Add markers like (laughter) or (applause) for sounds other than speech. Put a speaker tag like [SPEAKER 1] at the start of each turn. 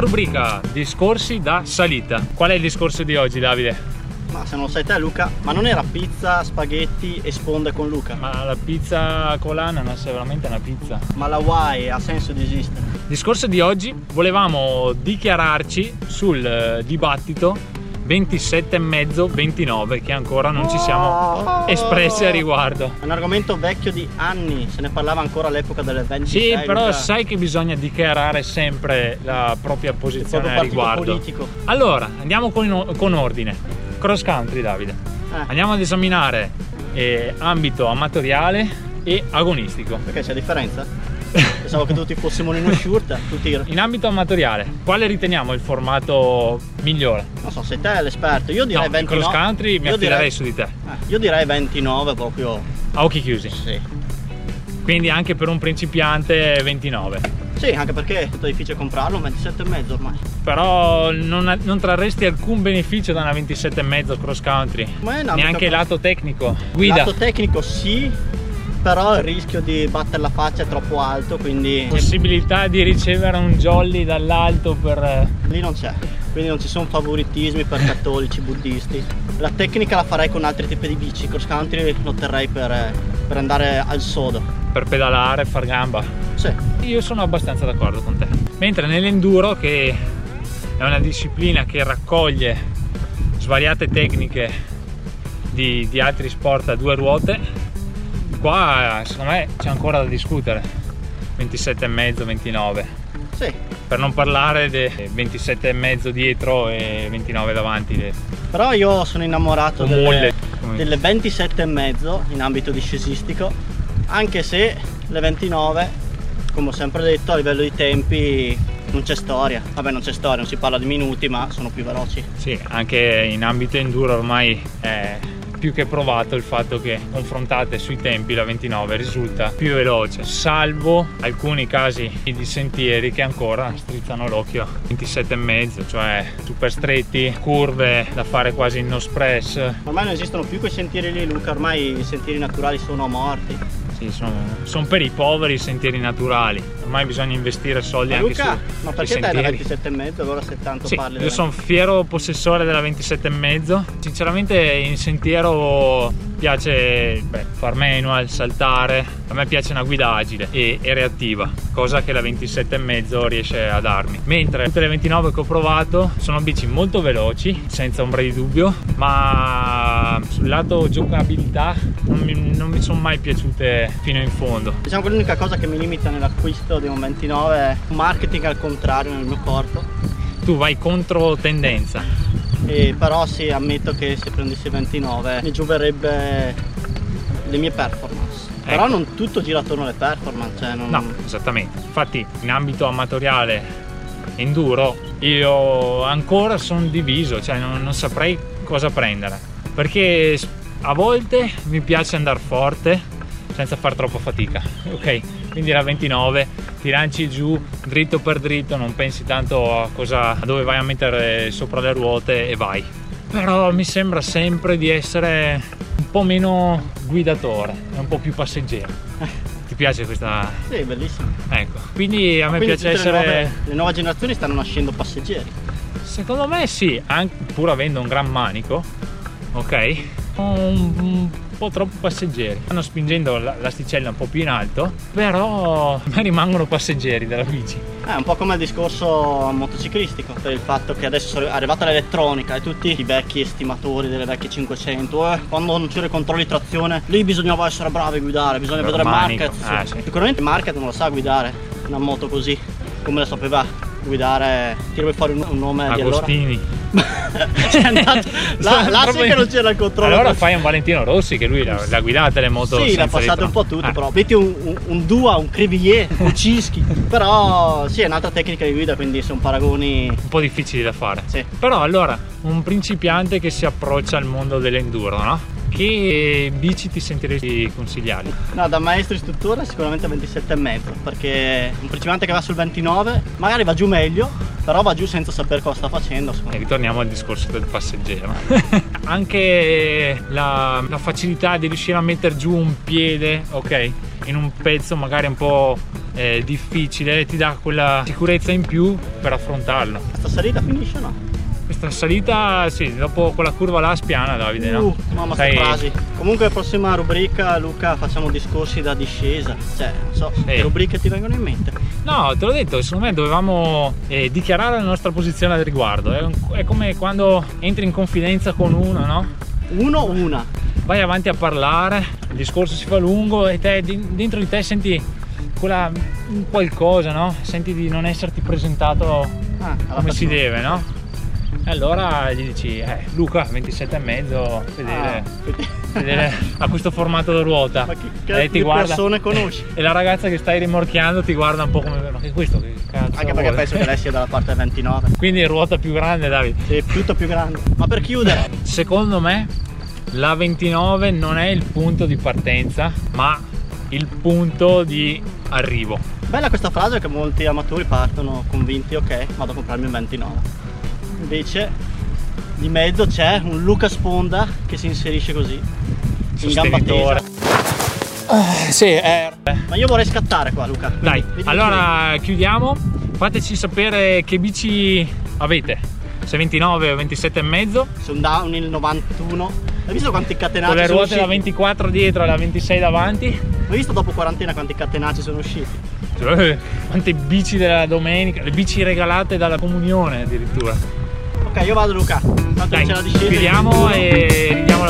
[SPEAKER 1] rubrica discorsi da salita. Qual è il discorso di oggi, Davide?
[SPEAKER 2] Ma se non lo sai te Luca, ma non era pizza, spaghetti e sponde con Luca? Ma,
[SPEAKER 1] Ma la pizza colana non è veramente una pizza.
[SPEAKER 2] la Y ha senso di esistere?
[SPEAKER 1] Discorso di oggi volevamo dichiararci sul eh, dibattito 27,5-29 che ancora non ci siamo espressi a riguardo.
[SPEAKER 2] Oh. È un argomento vecchio di anni, se ne parlava ancora all'epoca delle 20
[SPEAKER 1] Sì, però sai che bisogna dichiarare sempre la propria posizione a riguardo.
[SPEAKER 2] politico. Eh,
[SPEAKER 1] Allora, andiamo con, con ordine. Cross country, Davide.
[SPEAKER 2] Eh,
[SPEAKER 1] Andiamo ad esaminare eh, ambito amatoriale e agonistico.
[SPEAKER 2] perché
[SPEAKER 1] (laughs)
[SPEAKER 2] c'è differenza? Pensavo che tutti fossimo in una sciurta, tutti
[SPEAKER 1] In ambito amatoriale, quale riteniamo il formato migliore?
[SPEAKER 2] Non so, sei te l'esperto, io direi
[SPEAKER 1] No, in
[SPEAKER 2] 29.
[SPEAKER 1] cross country mi
[SPEAKER 2] io direi,
[SPEAKER 1] affiderei su di te,
[SPEAKER 2] eh, io direi 29 proprio.
[SPEAKER 1] a occhi chiusi.
[SPEAKER 2] Sì.
[SPEAKER 1] Quindi anche per un principiante 29.
[SPEAKER 2] Sì, anche perché è tutto difficile comprarlo, 27 e mezzo ormai.
[SPEAKER 1] Però non, non trarresti alcun beneficio da una 27,5 cross country.
[SPEAKER 2] Ma è un ambito
[SPEAKER 1] Neanche
[SPEAKER 2] abbastanza-
[SPEAKER 1] lato tecnico. Guida.
[SPEAKER 2] Lato tecnico sì, però il rischio di battere la faccia è troppo alto, quindi
[SPEAKER 1] possibilità di ricevere un jolly dall'alto per...
[SPEAKER 2] lì non c'è. Quindi non ci sono favoritismi per cattolici, buddisti. La tecnica la farei con altri tipi di bici, cross country lo terrei per, eh, per andare al sodo.
[SPEAKER 1] per pedalare, far gamba.
[SPEAKER 2] Sì,
[SPEAKER 1] Io sono abbastanza d'accordo con te. Mentre nell'enduro, che è una disciplina che raccoglie svariate tecniche di, di altri sport a due ruote, qua secondo me c'è ancora da discutere. 27,5, 29.
[SPEAKER 2] sì.
[SPEAKER 1] Per non parlare dei 27,5 dietro e 29 davanti. le-
[SPEAKER 2] Però io sono innamorato
[SPEAKER 1] Un
[SPEAKER 2] delle,
[SPEAKER 1] mulle, come-
[SPEAKER 2] delle 27 e mezzo in ambito discesistico, anche se le 29, come ho sempre detto, a livello di tempi non c'è storia. Vabbè non c'è storia, non si parla di minuti, ma sono più veloci.
[SPEAKER 1] Sì, anche in ambito enduro ormai è più che provato il fatto che confrontate sui tempi la 29 risulta più veloce, salvo alcuni casi di sentieri che ancora strizzano l'occhio 27 e mezzo, cioè super stretti, curve da fare quasi in no stress.
[SPEAKER 2] Ormai non esistono più quei sentieri lì, Luca, ormai i sentieri naturali sono morti.
[SPEAKER 1] Sì, sono, sono per i poveri i sentieri naturali. Ormai bisogna investire soldi
[SPEAKER 2] Ma
[SPEAKER 1] anche
[SPEAKER 2] Luca,
[SPEAKER 1] su
[SPEAKER 2] ma
[SPEAKER 1] sui
[SPEAKER 2] perché dai la
[SPEAKER 1] sentieri.
[SPEAKER 2] 27 e mezzo allora se tanto
[SPEAKER 1] Sì,
[SPEAKER 2] parli?
[SPEAKER 1] io
[SPEAKER 2] della-
[SPEAKER 1] sono fiero possessore della 27,5. Sinceramente in sentiero piace beh, far manual, saltare. A me piace una guida agile e, e reattiva, cosa che la 27,5 riesce a darmi. Mentre tutte le 29 che ho provato sono bici molto veloci, senza ombra di dubbio, ma sul lato giocabilità non mi, non mi sono mai piaciute fino in fondo.
[SPEAKER 2] Diciamo che l'unica cosa che mi limita nell'acquisto di un 29 è un marketing al contrario nel mio corpo.
[SPEAKER 1] Tu vai contro tendenza.
[SPEAKER 2] E però sì, ammetto che se prendessi 29 mi gioverebbe le mie performance. Però
[SPEAKER 1] Ecco.
[SPEAKER 2] non tutto gira attorno alle performance, cioè non...
[SPEAKER 1] No, esattamente. Infatti, in ambito amatoriale enduro, io ancora sono diviso, cioè non, non saprei cosa prendere. Perché s- a volte mi piace andare forte senza far troppa fatica. (laughs) Ok, quindi la 29, ti lanci giù dritto per dritto, non pensi tanto a, cosa, a dove vai a mettere sopra le ruote e vai. Però mi sembra sempre di essere un po' meno guidatore, un po' più passeggero. Ti piace questa,
[SPEAKER 2] Sì, bellissimo.
[SPEAKER 1] Ecco, quindi a me
[SPEAKER 2] Quindi
[SPEAKER 1] piace
[SPEAKER 2] tutte
[SPEAKER 1] essere.
[SPEAKER 2] le nuove- le nuove generazioni stanno nascendo passeggeri.
[SPEAKER 1] Secondo me sì, anche, pur avendo un gran manico, ok? Un, un po' troppo passeggeri. Stanno spingendo la- l'asticella un po' più in alto, però a me rimangono passeggeri della bici.
[SPEAKER 2] È Eh, un po' come il discorso motociclistico, per il fatto che adesso è arrivata l'elettronica e tutti i vecchi estimatori delle vecchie 500, eh, quando non c'era i controlli trazione, lì bisognava essere bravi a guidare, bisogna
[SPEAKER 1] Bravo,
[SPEAKER 2] vedere
[SPEAKER 1] manico.
[SPEAKER 2] Market.
[SPEAKER 1] Ah, sì.
[SPEAKER 2] Sicuramente Market non lo sa guidare una moto così, come la sapeva guidare, tirami fuori un, un nome Ah, di allora. (laughs)
[SPEAKER 1] Agostini.
[SPEAKER 2] C'è
[SPEAKER 1] (laughs)
[SPEAKER 2] andato, là, là sì
[SPEAKER 1] Proprio-
[SPEAKER 2] che non c'era il controllo.
[SPEAKER 1] Allora fai un Valentino Rossi che lui l'ha, l'ha guidata le moto.
[SPEAKER 2] Sì,
[SPEAKER 1] senza
[SPEAKER 2] l'ha passato
[SPEAKER 1] elettronica.
[SPEAKER 2] un po' tutto,
[SPEAKER 1] Ah,
[SPEAKER 2] però metti un, un, un Dua, un Crivier,
[SPEAKER 1] (laughs)
[SPEAKER 2] un Cischi. però sì, è un'altra tecnica di guida, quindi sono paragoni.
[SPEAKER 1] Un po' difficili da fare.
[SPEAKER 2] Sì.
[SPEAKER 1] Però allora, un principiante che si approccia al mondo dell'enduro, no? Che bici ti sentiresti consigliare?
[SPEAKER 2] No, da maestro istruttore sicuramente 27 e mezzo, perché un principiante che va sul 29 magari va giù meglio, però va giù senza sapere cosa sta facendo. secondo
[SPEAKER 1] E
[SPEAKER 2] me.
[SPEAKER 1] ritorniamo al discorso del
[SPEAKER 2] (laughs)
[SPEAKER 1] passeggero. Anche la, la facilità di riuscire a mettere giù un piede, ok, in un pezzo magari un po' eh, difficile, ti dà quella sicurezza in più per affrontarlo.
[SPEAKER 2] Questa salita finisce o no?
[SPEAKER 1] Questa salita, sì, dopo quella curva là spiana Davide, no?
[SPEAKER 2] Uh, mamma sto
[SPEAKER 1] Sai-
[SPEAKER 2] frasi. Comunque prossima rubrica Luca facciamo discorsi da discesa. Cioè, non so, che
[SPEAKER 1] Sì.
[SPEAKER 2] rubriche ti vengono in mente?
[SPEAKER 1] No, te l'ho detto, secondo me dovevamo eh, dichiarare la nostra posizione al riguardo. È, un- è come quando entri in confidenza con uno, no?
[SPEAKER 2] Uno o una?
[SPEAKER 1] Vai avanti a parlare, il discorso si fa lungo e te di- dentro di te senti quella un qualcosa, no? Senti di non esserti presentato
[SPEAKER 2] Ah, alla
[SPEAKER 1] come si
[SPEAKER 2] prossima.
[SPEAKER 1] deve, no? E allora gli dici, eh, Luca, 27 e mezzo, vedere,
[SPEAKER 2] Ah.
[SPEAKER 1] vedere a questo formato da ruota.
[SPEAKER 2] Ma che
[SPEAKER 1] E
[SPEAKER 2] cazzo
[SPEAKER 1] ti
[SPEAKER 2] di
[SPEAKER 1] guarda-
[SPEAKER 2] persone conosci?
[SPEAKER 1] (laughs) E la ragazza che stai rimorchiando ti guarda un po' come, ma che è questo? Che cazzo
[SPEAKER 2] (laughs) Anche perché
[SPEAKER 1] vuole?"
[SPEAKER 2] penso che lei sia dalla parte del 29.
[SPEAKER 1] Quindi ruota più grande, Davide.
[SPEAKER 2] Sì, tutto più grande. Ma per chiudere,
[SPEAKER 1] Secondo me la 29 non è il punto di partenza, ma il punto di arrivo.
[SPEAKER 2] bella questa frase che molti amatori partono convinti, ok, vado a comprarmi un 29. Invece, di mezzo c'è un Luca Sponda che si inserisce così. In gamba
[SPEAKER 1] Sostenitore.
[SPEAKER 2] tesa.
[SPEAKER 1] sì,
[SPEAKER 2] Ma io vorrei scattare qua, Luca.
[SPEAKER 1] Dai,
[SPEAKER 2] Vedi che
[SPEAKER 1] allora chiudiamo. Fateci sapere che bici avete. Se 29 o 27 e mezzo.
[SPEAKER 2] Su un down il 91. Hai visto quanti catenacci
[SPEAKER 1] Con le
[SPEAKER 2] sono
[SPEAKER 1] ruote
[SPEAKER 2] usciti?
[SPEAKER 1] da 24 dietro e la 26 davanti.
[SPEAKER 2] Hai visto dopo quarantena quanti catenacci sono usciti?
[SPEAKER 1] Cioè, (laughs) Quante bici della domenica, le bici regalate dalla comunione addirittura.
[SPEAKER 2] Ok, io vado Luca. Tanto
[SPEAKER 1] Dai,
[SPEAKER 2] c'è la discesa.
[SPEAKER 1] chiudiamo e ridiamo la